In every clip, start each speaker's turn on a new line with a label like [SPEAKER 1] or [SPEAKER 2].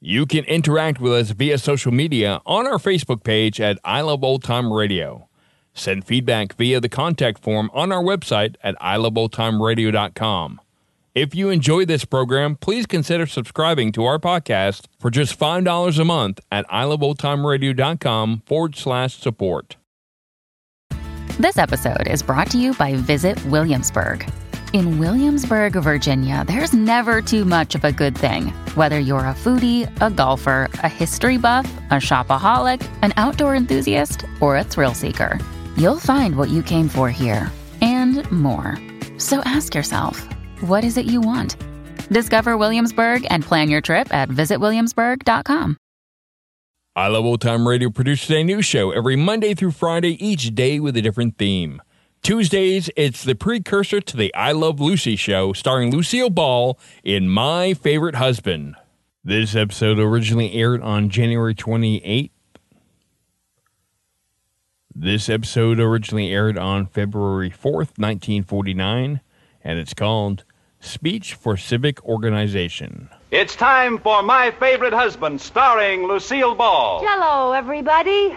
[SPEAKER 1] You can interact with us via social media on our Facebook page at I Love Old Time Radio. Send feedback via the contact form on our website at iloveoldtimeradio.com. If you enjoy this program, please consider subscribing to our podcast for just $5 a month at iloveoldtimeradio.com forward slash support.
[SPEAKER 2] This episode is brought to you by Visit Williamsburg. In Williamsburg, Virginia, there's never too much of a good thing. Whether you're a foodie, a golfer, a history buff, a shopaholic, an outdoor enthusiast, or a thrill seeker, you'll find what you came for here and more. So ask yourself, what is it you want? Discover Williamsburg and plan your trip at visitwilliamsburg.com.
[SPEAKER 1] I Love Old Time Radio produces a new show every Monday through Friday, each day with a different theme. Tuesdays, it's the precursor to the I Love Lucy show, starring Lucille Ball in My Favorite Husband. This episode originally aired on January 28th. This episode originally aired on February 4th, 1949, and it's called Speech for Civic Organization.
[SPEAKER 3] It's time for My Favorite Husband, starring Lucille Ball.
[SPEAKER 4] Hello, everybody.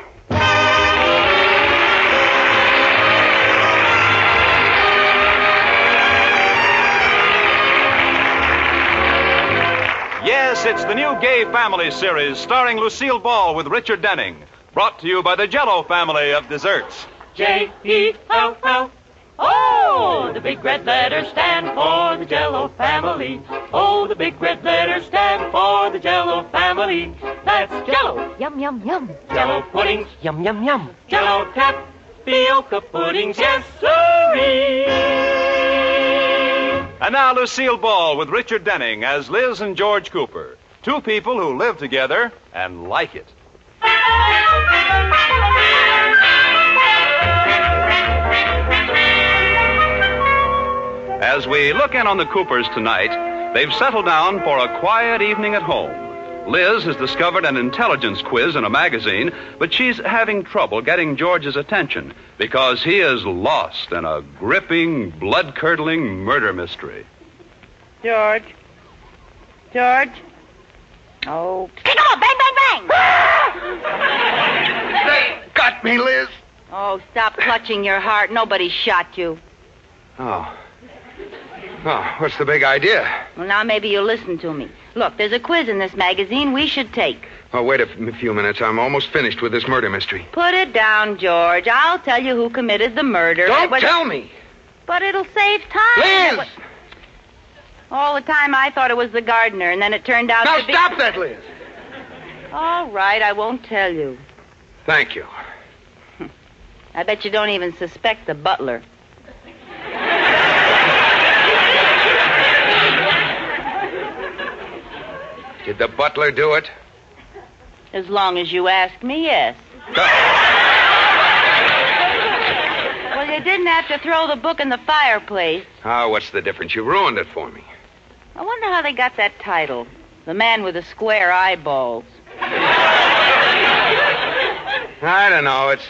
[SPEAKER 3] Yes, it's the new Gay Family series, starring Lucille Ball with Richard Denning. Brought to you by the Jello family of desserts.
[SPEAKER 5] J E L L. Oh, the big red letters stand for the Jello family. Oh, the big red letters stand for the Jello family. That's Jello,
[SPEAKER 4] Yum, yum, yum.
[SPEAKER 5] Jello puddings,
[SPEAKER 4] Yum, yum, yum.
[SPEAKER 5] Jello tapioca puddings, yes sirree.
[SPEAKER 3] And now Lucille Ball with Richard Denning as Liz and George Cooper. Two people who live together and like it. As we look in on the Coopers tonight, they've settled down for a quiet evening at home. Liz has discovered an intelligence quiz in a magazine, but she's having trouble getting George's attention because he is lost in a gripping, blood curdling murder mystery.
[SPEAKER 6] George. George. Oh.
[SPEAKER 4] Kick 'em up, bang, bang, bang.
[SPEAKER 3] Got me, Liz.
[SPEAKER 6] Oh, stop clutching your heart. Nobody shot you.
[SPEAKER 3] Oh. Oh, what's the big idea?
[SPEAKER 6] Well, now maybe you'll listen to me. Look, there's a quiz in this magazine we should take.
[SPEAKER 3] Oh, wait a f- few minutes. I'm almost finished with this murder mystery.
[SPEAKER 6] Put it down, George. I'll tell you who committed the murder. It was-
[SPEAKER 3] me!
[SPEAKER 6] But it'll save time. It
[SPEAKER 3] Liz!
[SPEAKER 6] wa- All the time I thought it was the gardener, and then it turned out
[SPEAKER 3] Now
[SPEAKER 6] to be.
[SPEAKER 3] stop that, Liz!
[SPEAKER 6] All right, I won't tell you.
[SPEAKER 3] Thank you.
[SPEAKER 6] I bet you don't even suspect the butler.
[SPEAKER 3] Did the butler do it?
[SPEAKER 6] As long as you ask me, yes. Well, you didn't have to throw the book in the fireplace.
[SPEAKER 3] Oh, what's the difference? You ruined it for me.
[SPEAKER 6] I wonder how they got that title. The man with the square eyeballs.
[SPEAKER 3] I don't know. It's.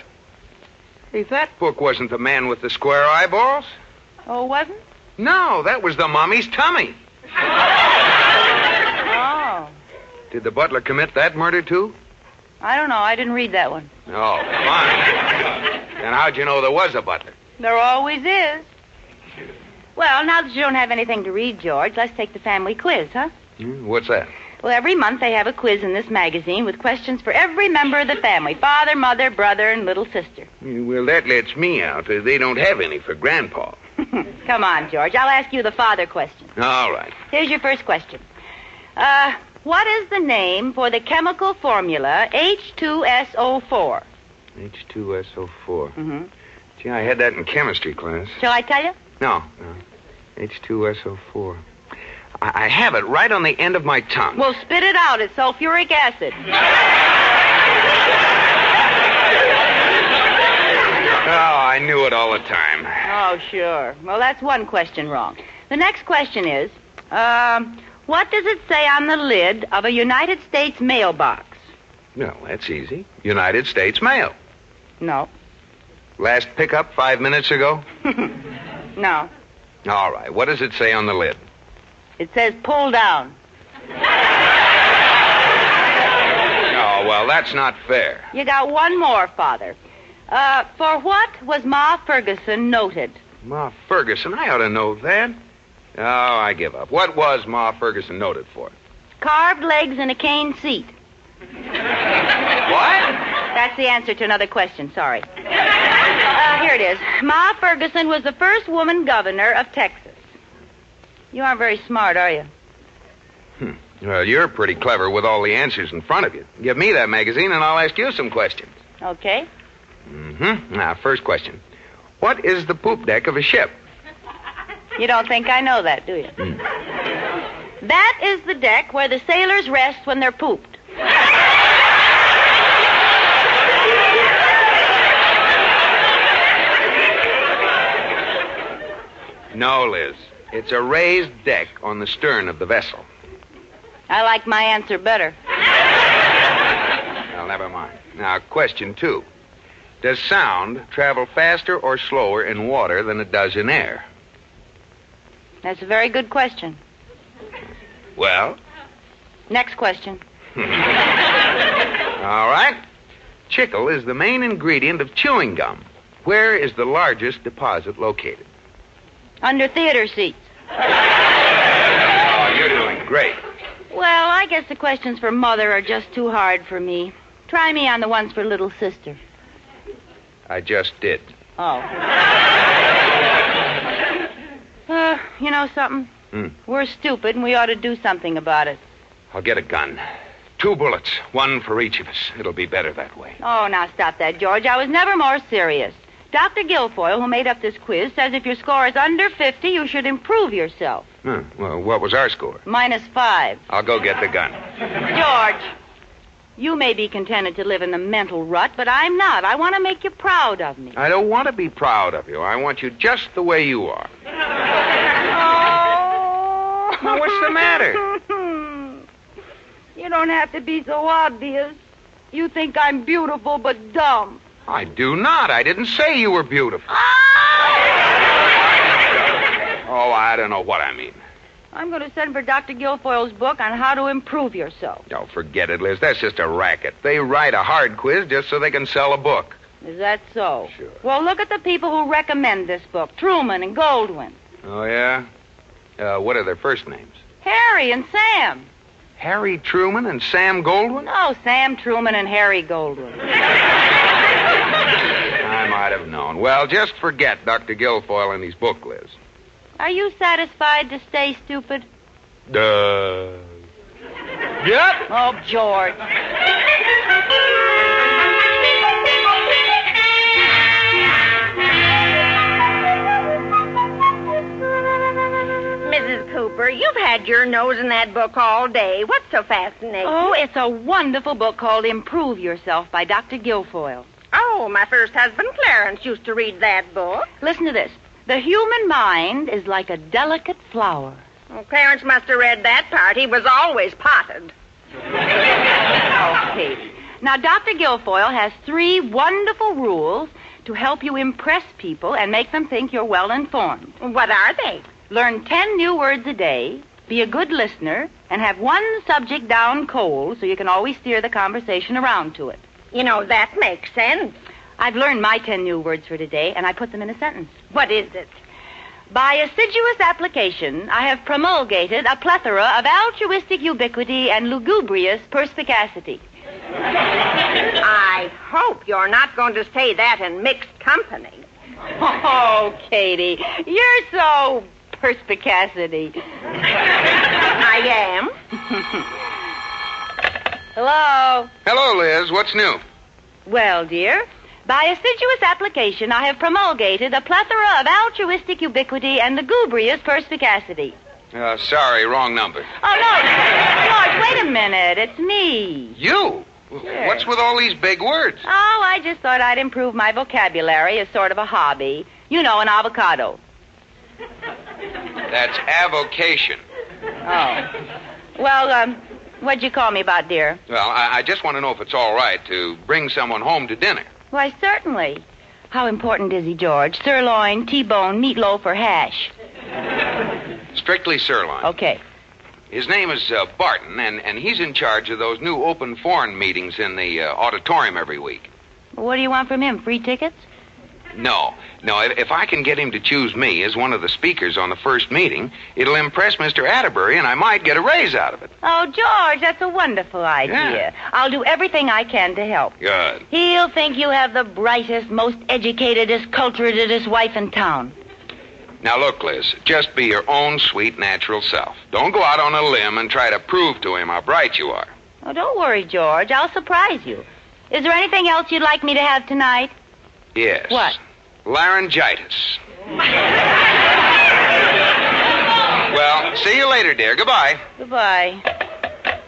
[SPEAKER 3] Hey, that book wasn't the man with the square eyeballs.
[SPEAKER 6] Oh, wasn't?
[SPEAKER 3] No, that was the mommy's tummy.
[SPEAKER 6] Oh.
[SPEAKER 3] Did the butler commit that murder, too?
[SPEAKER 6] I don't know. I didn't read that one.
[SPEAKER 3] Oh, fine. then how'd you know there was a butler?
[SPEAKER 6] There always is. Well, now that you don't have anything to read, George, let's take the family quiz, huh?
[SPEAKER 3] Hmm, What's that?
[SPEAKER 6] Well, every month they have a quiz in this magazine with questions for every member of the family father, mother, brother, and little sister.
[SPEAKER 3] Well, that lets me out. Uh, They don't have any for Grandpa.
[SPEAKER 6] Come on, George. I'll ask you the father question.
[SPEAKER 3] All right.
[SPEAKER 6] Here's your first question. Uh, what is the name for the chemical formula H2SO4?
[SPEAKER 3] H2SO4.
[SPEAKER 6] Mm-hmm.
[SPEAKER 3] Gee, I had that in chemistry class.
[SPEAKER 6] Shall I tell you?
[SPEAKER 3] No, no. H2SO4. I, I have it right on the end of my tongue.
[SPEAKER 6] Well, spit it out. It's sulfuric acid.
[SPEAKER 3] Oh, I knew it all the time.
[SPEAKER 6] Oh, sure. Well, that's one question wrong. The next question is, um, what does it say on the lid of a United States mailbox?
[SPEAKER 3] No, that's easy. United States Mail.
[SPEAKER 6] No,
[SPEAKER 3] Last pickup five minutes ago?
[SPEAKER 6] no.
[SPEAKER 3] All right. What does it say on the lid?
[SPEAKER 6] It says pull down.
[SPEAKER 3] Oh, well, that's not fair.
[SPEAKER 6] You got one more, Father. Uh, for what was Ma Ferguson noted?
[SPEAKER 3] Ma Ferguson, I ought to know that. Oh, I give up. What was Ma Ferguson noted for?
[SPEAKER 6] Carved legs and a cane seat.
[SPEAKER 3] What?
[SPEAKER 6] That's the answer to another question. Sorry. Uh, here it is. Ma Ferguson was the first woman governor of Texas. You aren't very smart, are you?
[SPEAKER 3] Well, you're pretty clever with all the answers in front of you. Give me that magazine and I'll ask you some questions.
[SPEAKER 6] Okay.
[SPEAKER 3] Mm-hmm. Now, first question. What is the poop deck of a ship?
[SPEAKER 6] You don't think I know that, do you? That is the deck where the sailors rest when they're pooped.
[SPEAKER 3] No, Liz. It's a raised deck on the stern of the vessel.
[SPEAKER 6] I like my answer better.
[SPEAKER 3] Well, never mind. Now, question two. Does sound travel faster or slower in water than it does in air?
[SPEAKER 6] That's a very good question.
[SPEAKER 3] Well,
[SPEAKER 6] Next question.
[SPEAKER 3] all right. Chicle is the main ingredient of chewing gum. Where is the largest deposit located?
[SPEAKER 6] Under theater seats.
[SPEAKER 3] Oh, you're doing great.
[SPEAKER 6] Well, I guess the questions for mother are just too hard for me. Try me on the ones for little sister.
[SPEAKER 3] I just did.
[SPEAKER 6] Oh. uh, you know something?
[SPEAKER 3] Hmm.
[SPEAKER 6] We're stupid and we ought to do something about it.
[SPEAKER 3] I'll get a gun. Two bullets, one for each of us. It'll be better that way.
[SPEAKER 6] Oh, now stop that, George. I was never more serious. Dr. Guilfoyle, who made up this quiz, says if your score is under 50, you should improve yourself.
[SPEAKER 3] Huh. Well, what was our score?
[SPEAKER 6] Minus five.
[SPEAKER 3] I'll go get the gun.
[SPEAKER 6] George, you may be contented to live in the mental rut, but I'm not. I want to make you proud of me.
[SPEAKER 3] I don't want to be proud of you. I want you just the way you are.
[SPEAKER 6] Oh.
[SPEAKER 3] Now, what's the matter?
[SPEAKER 6] you don't have to be so obvious. You think I'm beautiful but dumb.
[SPEAKER 3] I do not. I didn't say you were beautiful. Oh, I don't know what I mean.
[SPEAKER 6] I'm going to send for Dr. Guilfoyle's book on how to improve yourself.
[SPEAKER 3] Oh, forget it, Liz. That's just a racket. They write a hard quiz just so they can sell a book.
[SPEAKER 6] Is that so?
[SPEAKER 3] Sure.
[SPEAKER 6] Well, look at the people who recommend this book Truman and Goldwyn,
[SPEAKER 3] Oh, yeah? Uh, what are their first names?
[SPEAKER 6] Harry and Sam.
[SPEAKER 3] Harry Truman and Sam Goldwyn?
[SPEAKER 6] No, Sam Truman and Harry Goldwyn.
[SPEAKER 3] I might have known. Well, just forget Dr. Guilfoyle and his book, Liz.
[SPEAKER 6] Are you satisfied to stay stupid?
[SPEAKER 3] Duh. Yep.
[SPEAKER 6] Oh, George.
[SPEAKER 4] Mrs. Cooper, you've had your nose in that book all day. What's so fascinating?
[SPEAKER 6] Oh, it's a wonderful book called Improve Yourself by Dr. Guilfoyle.
[SPEAKER 4] Oh, my first husband, Clarence, used to read that book.
[SPEAKER 6] Listen to this. The human mind is like a delicate flower.
[SPEAKER 4] Well, Clarence must have read that part. He was always potted.
[SPEAKER 6] Oh, Katie. Now, Dr. Guilfoyle has three wonderful rules to help you impress people and make them think you're well informed.
[SPEAKER 4] What are they?
[SPEAKER 6] Learn 10 new words a day, be a good listener, and have one subject down cold so you can always steer the conversation around to it.
[SPEAKER 4] You know, that makes sense.
[SPEAKER 6] I've learned my 10 new words for today, and I put them in a sentence.
[SPEAKER 4] What is it?
[SPEAKER 6] By assiduous application, I have promulgated a plethora of altruistic ubiquity and lugubrious perspicacity.
[SPEAKER 4] I hope you're not going to say that in mixed company.
[SPEAKER 6] Oh, Katie, you're so perspicacity.
[SPEAKER 4] I am.
[SPEAKER 6] Hello?
[SPEAKER 3] Hello, Liz. What's new?
[SPEAKER 6] Well, dear, by assiduous application, I have promulgated a plethora of altruistic ubiquity and lugubrious perspicacity.
[SPEAKER 3] Uh, sorry, wrong number.
[SPEAKER 6] Oh, no. George, wait a minute. It's me.
[SPEAKER 3] You?
[SPEAKER 4] Sure.
[SPEAKER 3] What's with all these big words?
[SPEAKER 6] Oh, I just thought I'd improve my vocabulary as sort of a hobby. You know, an avocado.
[SPEAKER 3] That's avocation.
[SPEAKER 6] Well, um, what'd you call me about, dear?
[SPEAKER 3] Well, I, I just want to know if it's all right to bring someone home to dinner.
[SPEAKER 6] Why, certainly. How important is he, George? Sirloin, T-bone, meatloaf, or hash?
[SPEAKER 3] Strictly sirloin.
[SPEAKER 6] Okay.
[SPEAKER 3] His name is uh, Barton, and, and he's in charge of those new open foreign meetings in the uh, auditorium every week.
[SPEAKER 6] What do you want from him? Free tickets?
[SPEAKER 3] No, no, if, if I can get him to choose me as one of the speakers on the first meeting, it'll impress Mr. Atterbury, and I might get a raise out of it.
[SPEAKER 6] Oh, George, that's a wonderful idea. I'll do everything I can to help.
[SPEAKER 3] Good.
[SPEAKER 6] He'll think you have the brightest, most educatedest, culturedest wife in town.
[SPEAKER 3] Now, look, Liz, just be your own sweet, natural self. Don't go out on a limb and try to prove to him how bright you are.
[SPEAKER 6] Oh, don't worry, George. I'll surprise you. Is there anything else you'd like me to have tonight?
[SPEAKER 3] Yes.
[SPEAKER 6] What?
[SPEAKER 3] Laryngitis. well, see you later, dear. Goodbye.
[SPEAKER 6] Goodbye.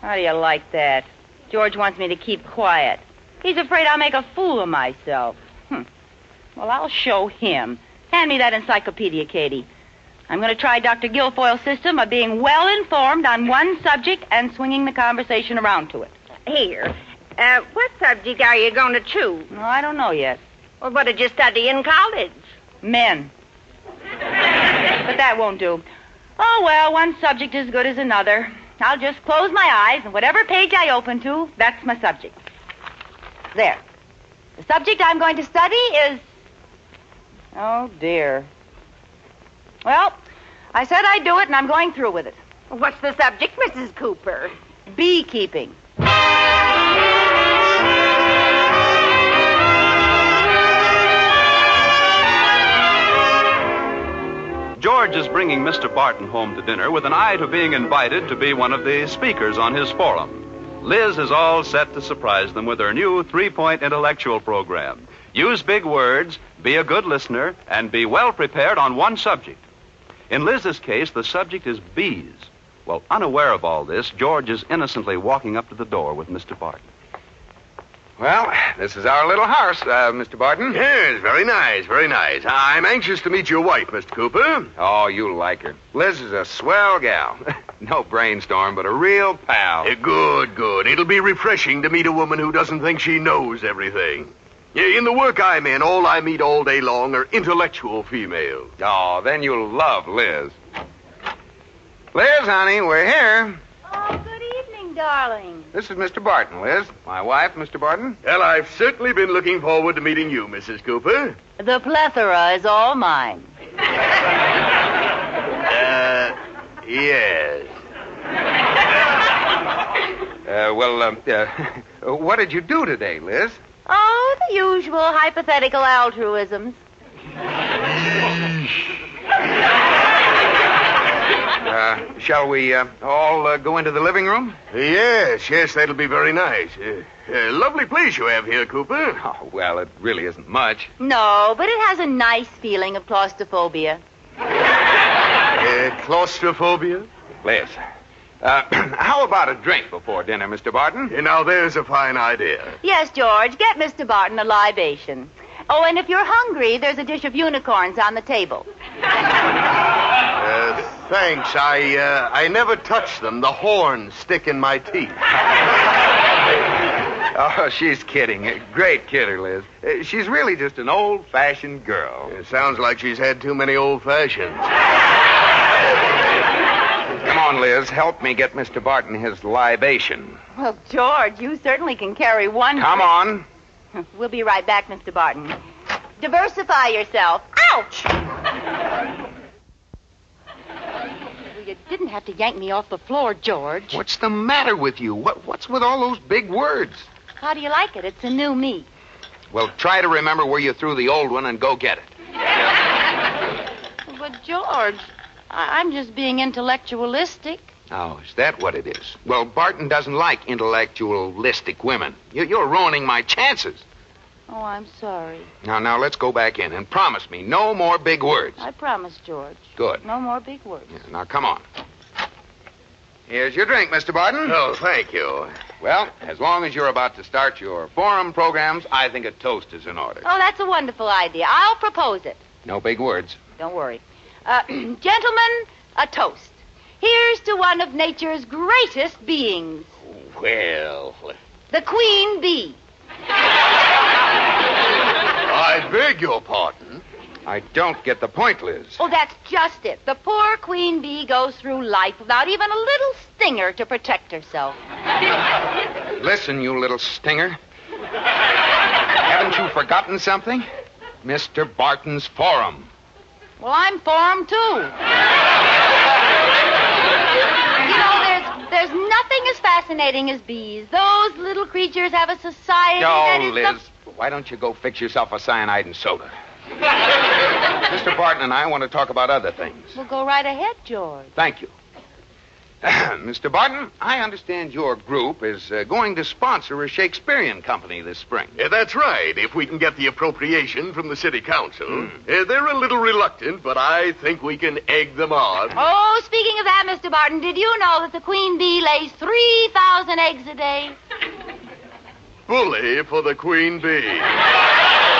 [SPEAKER 6] How do you like that? George wants me to keep quiet. He's afraid I'll make a fool of myself. Hmm. Well, I'll show him. Hand me that encyclopedia, Katie. I'm going to try Dr. Guilfoyle's system of being well informed on one subject and swinging the conversation around to it.
[SPEAKER 4] Here. Uh, what subject are you going to choose?
[SPEAKER 6] No, I don't know yet.
[SPEAKER 4] Well, what did you study in college?
[SPEAKER 6] Men. but that won't do. Oh, well, one subject is as good as another. I'll just close my eyes, and whatever page I open to, that's my subject. There. The subject I'm going to study is. Oh, dear. Well, I said I'd do it, and I'm going through with it
[SPEAKER 4] What's the subject, Mrs. Cooper?
[SPEAKER 6] beekeeping.
[SPEAKER 7] George is bringing Mr. Barton home to dinner with an eye to being invited to be one of the speakers on his forum. Liz is all set to surprise them with her new three point intellectual program. Use big words, be a good listener, and be well prepared on one subject. In Liz's case, the subject is bees. Well, unaware of all this, George is innocently walking up to the door with Mr. Barton.
[SPEAKER 3] Well, this is our little house, uh, Mr. Barton.
[SPEAKER 8] Yes, very nice, very nice. I'm anxious to meet your wife, Mr. Cooper.
[SPEAKER 3] Oh, you like her. Liz is a swell gal. no brainstorm, but a real pal.
[SPEAKER 8] Uh, Good, good. It'll be refreshing to meet a woman who doesn't think she knows everything. Yeah, In the work I'm in, all I meet all day long are intellectual females.
[SPEAKER 3] Oh, then you'll love Liz. Liz, honey, we're here.
[SPEAKER 4] Oh, good evening, darling.
[SPEAKER 3] This is Mr. Barton, Liz. My wife, Mr. Barton.
[SPEAKER 8] Well, I've certainly been looking forward to meeting you, Mrs. Cooper.
[SPEAKER 6] The plethora is all mine.
[SPEAKER 8] Uh, yes.
[SPEAKER 3] Uh, well, um, uh, what did you do today, Liz?
[SPEAKER 4] Oh, the usual hypothetical altruisms.
[SPEAKER 3] Uh, shall we uh, all uh, go into the living room?
[SPEAKER 8] Yes, yes, that'll be very nice. Uh, uh, lovely place you have here, Cooper.
[SPEAKER 3] Oh, well, it really isn't much.
[SPEAKER 6] No, but it has a nice feeling of claustrophobia.
[SPEAKER 8] Uh, claustrophobia?
[SPEAKER 3] Liz, uh, how about a drink before dinner, Mr. Barton?
[SPEAKER 8] Yeah, Now, there's a fine idea.
[SPEAKER 6] Yes, George, get Mr. Barton a libation. Oh, and if you're hungry, there's a dish of unicorns on the table.
[SPEAKER 8] Uh, thanks. I uh, I never touch them. The horns stick in my teeth.
[SPEAKER 3] Oh, she's kidding. A Great kidder, Liz. Uh, She's really just an old-fashioned girl.
[SPEAKER 8] It sounds like she's had too many old fashions.
[SPEAKER 3] Come on, Liz. Help me get Mr. Barton his libation.
[SPEAKER 6] Well, George, you certainly can carry one.
[SPEAKER 3] Come on.
[SPEAKER 6] on. We'll be right back, Mr. Barton. Diversify yourself. Ouch! Well, you didn't have to yank me off the floor, George.
[SPEAKER 3] What's the matter with you? What, what's with all those big words?
[SPEAKER 6] How do you like it? It's a new me.
[SPEAKER 3] Well, try to remember where you threw the old one and go get it.
[SPEAKER 6] But, George, I- I'm just being intellectualistic.
[SPEAKER 3] Oh, is that what it is? Well, Barton doesn't like intellectualistic women. You- You're ruining my chances.
[SPEAKER 6] Oh, I'm sorry.
[SPEAKER 3] Now, now, let's go back in and promise me no more big words.
[SPEAKER 6] I promise, George.
[SPEAKER 3] Good.
[SPEAKER 6] No more big words.
[SPEAKER 3] Yeah, now, come on. Here's your drink, Mr. Barton.
[SPEAKER 8] Oh, thank you.
[SPEAKER 3] Well, as long as you're about to start your forum programs, I think a toast is in order.
[SPEAKER 6] Oh, that's a wonderful idea. I'll propose it.
[SPEAKER 3] No big words.
[SPEAKER 6] Don't worry. Uh, gentlemen, a toast. Here's to one of nature's greatest beings,
[SPEAKER 3] Well,
[SPEAKER 6] the queen bee.
[SPEAKER 3] I beg your pardon. I don't get the point, Liz.
[SPEAKER 6] Oh, that's just it. The poor queen bee goes through life without even a little stinger to protect herself.
[SPEAKER 3] Listen, you little stinger. Haven't you forgotten something? Mr. Barton's forum.
[SPEAKER 6] Well, I'm for 'em, too. you know, there's, there's nothing as fascinating as bees. Those little creatures have a society that
[SPEAKER 3] No,
[SPEAKER 6] is...
[SPEAKER 3] Liz. Why don't you go fix yourself a cyanide and soda? Mr. Barton and I want to talk about other things.
[SPEAKER 6] Well, go right ahead, George.
[SPEAKER 3] Thank you. Mr. Barton, I understand your group is uh, going to sponsor a Shakespearean company this spring.
[SPEAKER 8] Yeah, that's right. If we can get the appropriation from the city council,
[SPEAKER 3] Hmm.
[SPEAKER 8] Uh, they're a little reluctant, but I think we can egg them on.
[SPEAKER 6] Oh, speaking of that, Mr. Barton, did you know that the queen bee lays 3,000 eggs a day?
[SPEAKER 8] Bully for the queen bee.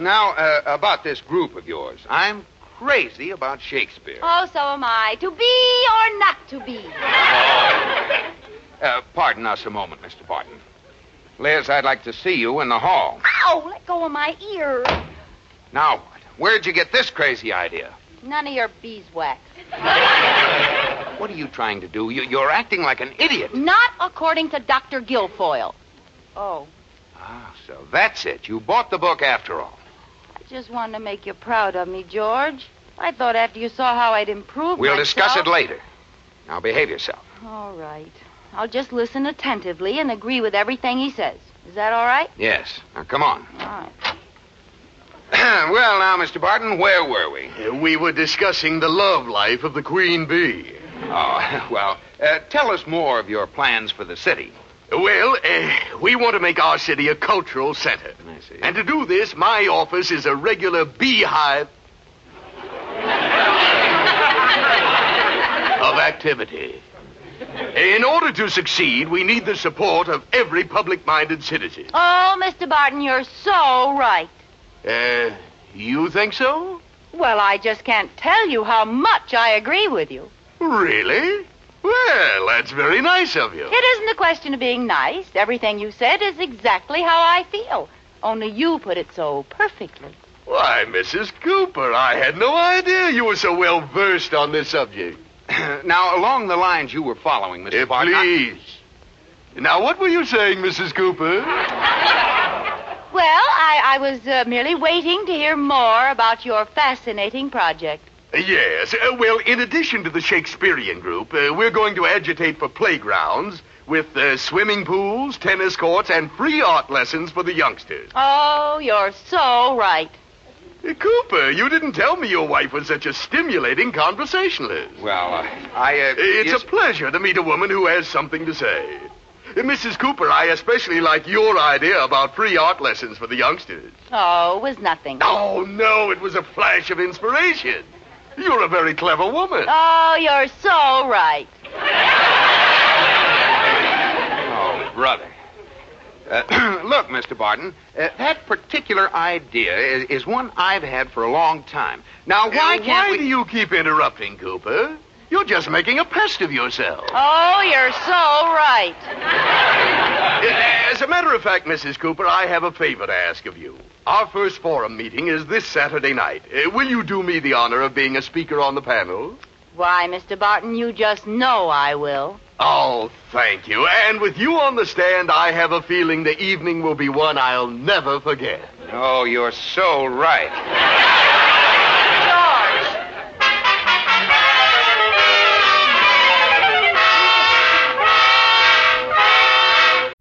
[SPEAKER 3] now, uh, about this group of yours. I'm crazy about Shakespeare.
[SPEAKER 6] Oh, so am I. To be or not to be.
[SPEAKER 3] Uh, pardon us a moment, Mr. Barton. Liz, I'd like to see you in the hall.
[SPEAKER 6] Ow, let go of my ear.
[SPEAKER 3] Now, what? where'd you get this crazy idea?
[SPEAKER 6] None of your beeswax.
[SPEAKER 3] What are you trying to do? You, you're acting like an idiot.
[SPEAKER 6] Not according to Dr. Guilfoyle. Oh,
[SPEAKER 3] Ah, so that's it. You bought the book after all.
[SPEAKER 6] I just wanted to make you proud of me, George. I thought after you saw how I'd improved
[SPEAKER 3] We'll discuss it
[SPEAKER 6] myself-
[SPEAKER 3] later. Now, behave yourself.
[SPEAKER 6] All right. I'll just listen attentively and agree with everything he says. Is that all right?
[SPEAKER 3] Yes. Now, come on.
[SPEAKER 6] All right.
[SPEAKER 3] well, now, Mr. Barton, where were we?
[SPEAKER 8] Uh, We were discussing the love life of the queen bee.
[SPEAKER 3] Oh, well, uh, tell us more of your plans for the city.
[SPEAKER 8] Well, uh, we want to make our city a cultural center.
[SPEAKER 3] I see.
[SPEAKER 8] And to do this, my office is a regular beehive of activity. In order to succeed, we need the support of every public minded citizen.
[SPEAKER 6] Oh, Mr. Barton, you're so right.
[SPEAKER 8] Uh, you think so?
[SPEAKER 6] Well, I just can't tell you how much I agree with you.
[SPEAKER 8] Really? Well, Eh, that's very nice of you.
[SPEAKER 6] It isn't a question of being nice. Everything you said is exactly how I feel. Only you put it so perfectly.
[SPEAKER 8] Why, Mrs. Cooper, I had no idea you were so well versed on this subject.
[SPEAKER 3] now, along the lines you were following, Mr.
[SPEAKER 8] Eh,
[SPEAKER 3] Barton. I-
[SPEAKER 8] please. Now, what were you saying, Mrs. Cooper?
[SPEAKER 6] Well, I, I was uh, merely waiting to hear more about your fascinating project.
[SPEAKER 8] Yes. uh, well, in addition to the Shakespearean group, uh, we're going to agitate for playgrounds with uh, swimming pools, tennis courts, and free art lessons for the youngsters.
[SPEAKER 6] Oh, you're so right.
[SPEAKER 8] Uh, Cooper, you didn't tell me your wife was such a stimulating conversationalist.
[SPEAKER 3] Well, uh, I. Uh,
[SPEAKER 8] Eh, It's
[SPEAKER 3] yes-
[SPEAKER 8] a pleasure to meet a woman who has something to say. Uh, Mrs. Cooper, I especially like your idea about free art lessons for the youngsters.
[SPEAKER 6] Oh, it was nothing.
[SPEAKER 8] Oh, no, it was a flash of inspiration. You're a very clever woman.
[SPEAKER 6] Oh, you're so right.
[SPEAKER 3] Oh, brother. Uh, look, Mr. Barton, uh, that particular idea is, is one I've had for a long time. Now,
[SPEAKER 8] Uh,
[SPEAKER 3] why can't
[SPEAKER 8] why
[SPEAKER 3] we...
[SPEAKER 8] do you keep interrupting, Cooper? You're just making a pest of yourself.
[SPEAKER 6] Oh, you're so right.
[SPEAKER 8] As a matter of fact, Mrs. Cooper, I have a favor to ask of you. Our first forum meeting is this Saturday night. Uh, will you do me the honor of being a speaker on the panel?
[SPEAKER 6] Why, Mr. Barton, you just know I will.
[SPEAKER 8] Oh, thank you. And with you on the stand, I have a feeling the evening will be one I'll never forget.
[SPEAKER 3] Oh, you're so right.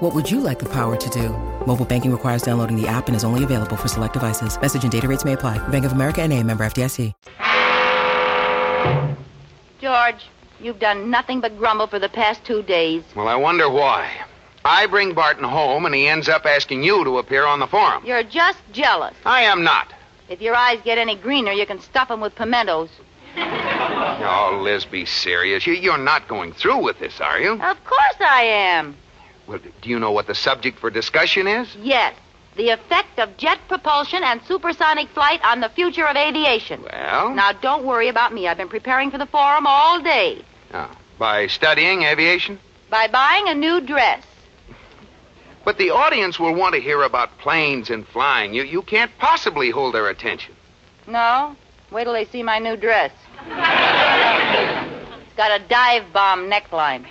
[SPEAKER 9] What would you like the power to do? Mobile banking requires downloading the app and is only available for select devices. Message and data rates may apply. Bank of America and a member FDIC.
[SPEAKER 6] George, you've done nothing but grumble for the past two days.
[SPEAKER 3] Well, I wonder why. I bring Barton home, and he ends up asking you to appear on the forum.
[SPEAKER 6] You're just jealous.
[SPEAKER 3] I am not.
[SPEAKER 6] If your eyes get any greener, you can stuff them with pimentos.
[SPEAKER 3] Oh, Liz, be serious. You, you're not going through with this, are you?
[SPEAKER 6] Of course I am.
[SPEAKER 3] Well, do you know what the subject for discussion is?
[SPEAKER 6] Yes, the effect of jet propulsion and supersonic flight on the future of aviation.
[SPEAKER 3] Well?
[SPEAKER 6] Now, don't worry about me. I've been preparing for the forum all day
[SPEAKER 3] Oh, by studying aviation?
[SPEAKER 6] by buying a new dress.
[SPEAKER 3] But the audience will want to hear about planes and flying. You, you can't possibly hold their attention.
[SPEAKER 6] No? Wait till they see my new dress. it's got a dive bomb neckline.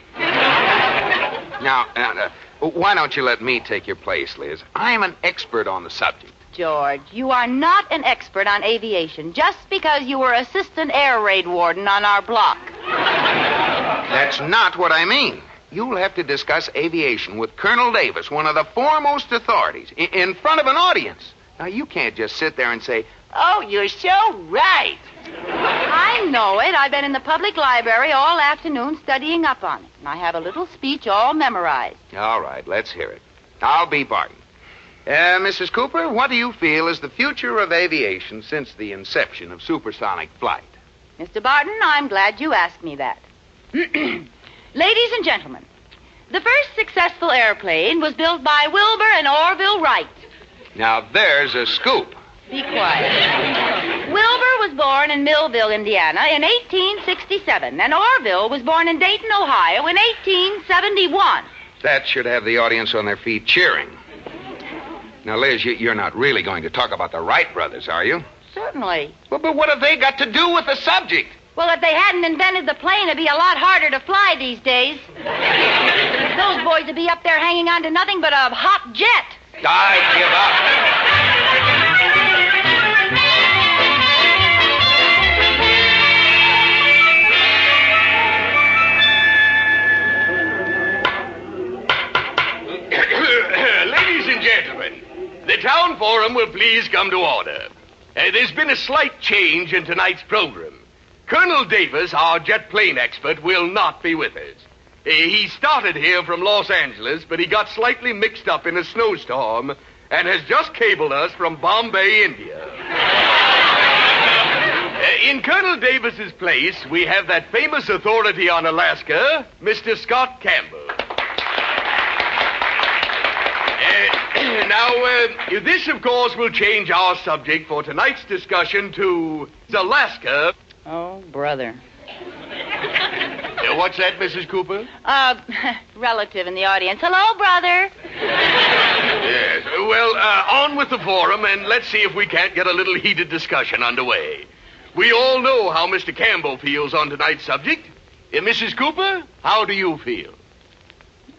[SPEAKER 3] Now, now, uh, why don't you let me take your place, Liz? I'm an expert on the subject.
[SPEAKER 6] George, you are not an expert on aviation just because you were assistant air raid warden on our block.
[SPEAKER 3] That's not what I mean. You'll have to discuss aviation with Colonel Davis, one of the foremost authorities, in, in front of an audience. Now, you can't just sit there and say, Oh, you're so right.
[SPEAKER 6] I know it. I've been in the public library all afternoon studying up on it. And I have a little speech all memorized.
[SPEAKER 3] All right, let's hear it. I'll be Barton. Uh, Mrs. Cooper, what do you feel is the future of aviation since the inception of supersonic flight?
[SPEAKER 6] Mr. Barton, I'm glad you asked me that. Ladies and gentlemen, the first successful airplane was built by Wilbur and Orville Wright.
[SPEAKER 3] Now, there's a scoop.
[SPEAKER 6] Be quiet. Wilbur was born in Millville, Indiana in 1867, and Orville was born in Dayton, Ohio in 1871.
[SPEAKER 3] That should have the audience on their feet cheering. Now, Liz, you- you're not really going to talk about the Wright brothers, are you?
[SPEAKER 6] Certainly.
[SPEAKER 3] Well, but what have they got to do with the subject?
[SPEAKER 6] Well, if they hadn't invented the plane, it'd be a lot harder to fly these days. Those boys would be up there hanging on to nothing but a hot jet.
[SPEAKER 3] I give up.
[SPEAKER 8] Ladies and gentlemen, the town forum will please come to order. Uh, there's been a slight change in tonight's program. Colonel Davis, our jet plane expert, will not be with us. Uh, he started here from Los Angeles, but he got slightly mixed up in a snowstorm and has just cabled us from Bombay, India. Uh, in Colonel Davis's place, we have that famous authority on Alaska, Mr. Scott Campbell. Uh, now, uh, this, of course, will change our subject for tonight's discussion to Alaska.
[SPEAKER 6] Oh, brother.
[SPEAKER 8] Uh, what's that, Mrs. Cooper?
[SPEAKER 6] Uh, relative in the audience. Hello, brother.
[SPEAKER 8] Yes. uh, Well, uh, on with the forum, and let's see if we can't get a little heated discussion underway. We all know how Mr. Campbell feels on tonight's subject. Uh, Mrs. Cooper, how do you feel?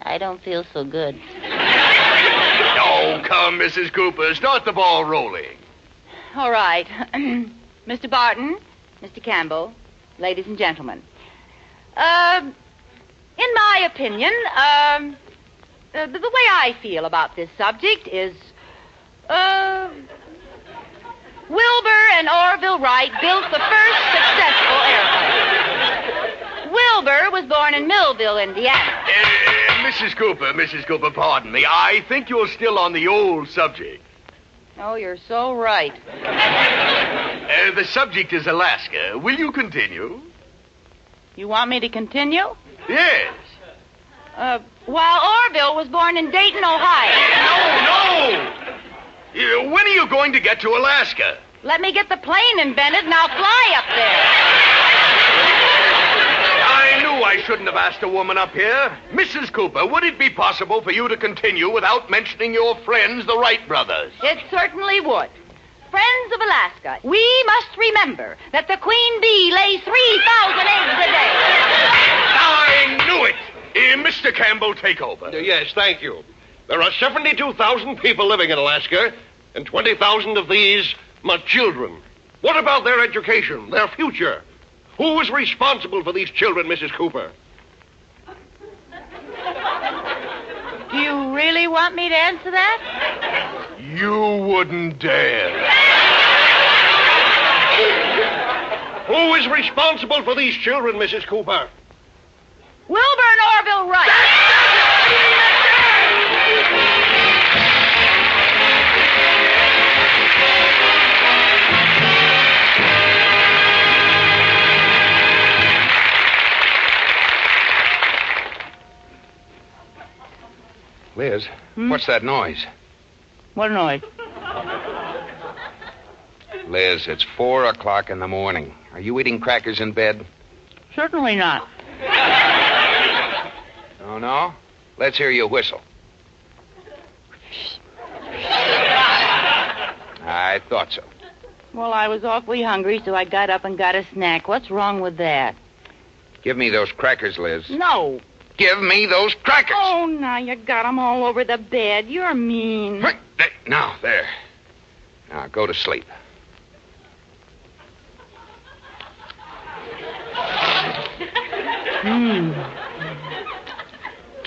[SPEAKER 6] I don't feel so good.
[SPEAKER 8] Oh, come, Mrs. Cooper, start the ball rolling.
[SPEAKER 6] All right. Mr. Barton, Mr. Campbell, ladies and gentlemen. Um, in my opinion, um, uh, the, the way I feel about this subject is. Uh, Wilbur and Orville Wright built the first successful airplane. Wilbur was born in Millville, Indiana.
[SPEAKER 8] Uh, Mrs. Cooper, Mrs. Cooper, pardon me. I think you're still on the old subject.
[SPEAKER 6] Oh, you're so right.
[SPEAKER 8] Uh, the subject is Alaska. Will you continue?
[SPEAKER 6] You want me to continue?
[SPEAKER 8] Yes.
[SPEAKER 6] Uh, while Orville was born in Dayton, Ohio.
[SPEAKER 8] No! Uh, When are you going to get to Alaska?
[SPEAKER 6] Let me get the plane invented and I'll fly up there.
[SPEAKER 8] I knew I shouldn't have asked a woman up here. Mrs. Cooper, would it be possible for you to continue without mentioning your friends, the Wright brothers?
[SPEAKER 6] It certainly would. Friends of Alaska, we must remember that the queen bee lays 3,000 eggs a day.
[SPEAKER 8] I knew it! Uh, Mr. Campbell, take over.
[SPEAKER 10] Uh, Yes, thank you. There are 72,000 people living in Alaska, and 20,000 of these are children. What about their education, their future? Who is responsible for these children, Mrs. Cooper?
[SPEAKER 6] Do you really want me to answer that?
[SPEAKER 10] You wouldn't dare. Who is responsible for these children, Mrs. Cooper?
[SPEAKER 6] Wilbur Norville Wright.
[SPEAKER 3] Liz, what's that noise?
[SPEAKER 6] What noise?
[SPEAKER 3] Liz, it's four o'clock in the morning. Are you eating crackers in bed?
[SPEAKER 6] Certainly not.
[SPEAKER 3] Oh, no? Let's hear you whistle. I thought so.
[SPEAKER 6] Well, I was awfully hungry, so I got up and got a snack. What's wrong with that?
[SPEAKER 3] Give me those crackers, Liz.
[SPEAKER 6] No.
[SPEAKER 3] Give me those crackers.
[SPEAKER 6] Oh, now you got 'em all over the bed. You're mean.
[SPEAKER 3] There- Now, there. Now, go to sleep.
[SPEAKER 6] Hmm.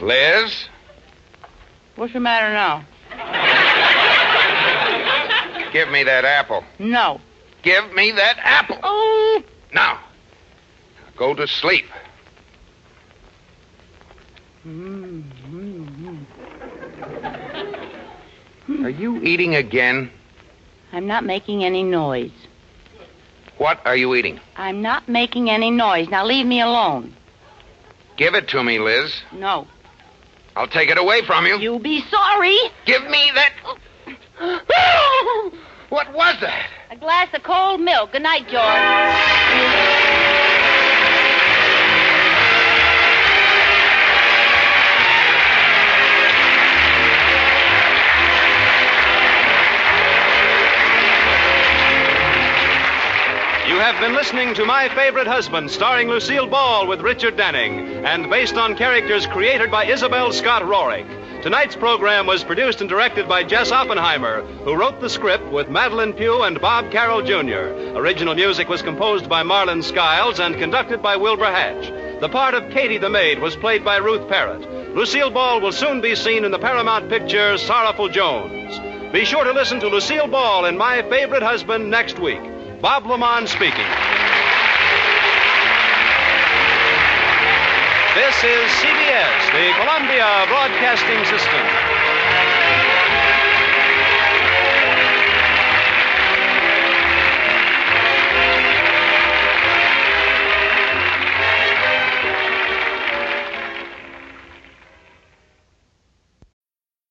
[SPEAKER 3] Liz,
[SPEAKER 6] What's the matter now?
[SPEAKER 3] give me that apple.
[SPEAKER 6] No.
[SPEAKER 3] Give me that apple.
[SPEAKER 6] Oh.
[SPEAKER 3] Now, go to sleep.
[SPEAKER 6] Hmm.
[SPEAKER 3] Are you eating again?
[SPEAKER 6] I'm not making any noise.
[SPEAKER 3] What are you eating?
[SPEAKER 6] I'm not making any noise. Now leave me alone.
[SPEAKER 3] Give it to me, Liz.
[SPEAKER 6] No.
[SPEAKER 3] I'll take it away from you.
[SPEAKER 6] You'll be sorry.
[SPEAKER 3] Give me that. What was that?
[SPEAKER 6] A glass of cold milk. Good night, George.
[SPEAKER 11] You have been listening to My Favorite Husband, starring Lucille Ball with Richard Danning, and based on characters created by Isabel Scott Rorick. Tonight's program was produced and directed by Jess Oppenheimer, who wrote the script with Madeline Pugh and Bob Carroll Jr. Original music was composed by Marlon Skiles and conducted by Wilbur Hatch. The part of Katie the Maid was played by Ruth Parrott. Lucille Ball will soon be seen in the Paramount picture Sorrowful Jones. Be sure to listen to Lucille Ball in My Favorite Husband next week. Bob Lamont speaking. This is CBS, the Columbia Broadcasting System.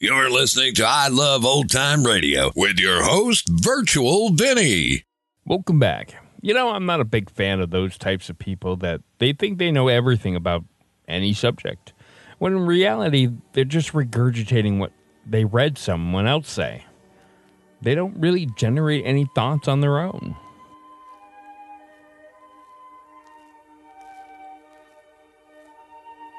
[SPEAKER 12] You're listening to I Love Old Time Radio with your host, Virtual Vinny.
[SPEAKER 1] Welcome back. You know, I'm not a big fan of those types of people that they think they know everything about any subject, when in reality, they're just regurgitating what they read someone else say. They don't really generate any thoughts on their own.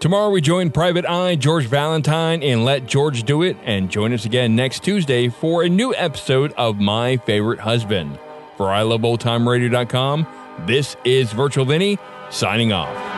[SPEAKER 1] Tomorrow we join Private Eye, George Valentine, and Let George Do It, and join us again next Tuesday for a new episode of My Favorite Husband. For iloveoldtimeradio.com, this is Virtual Vinny signing off.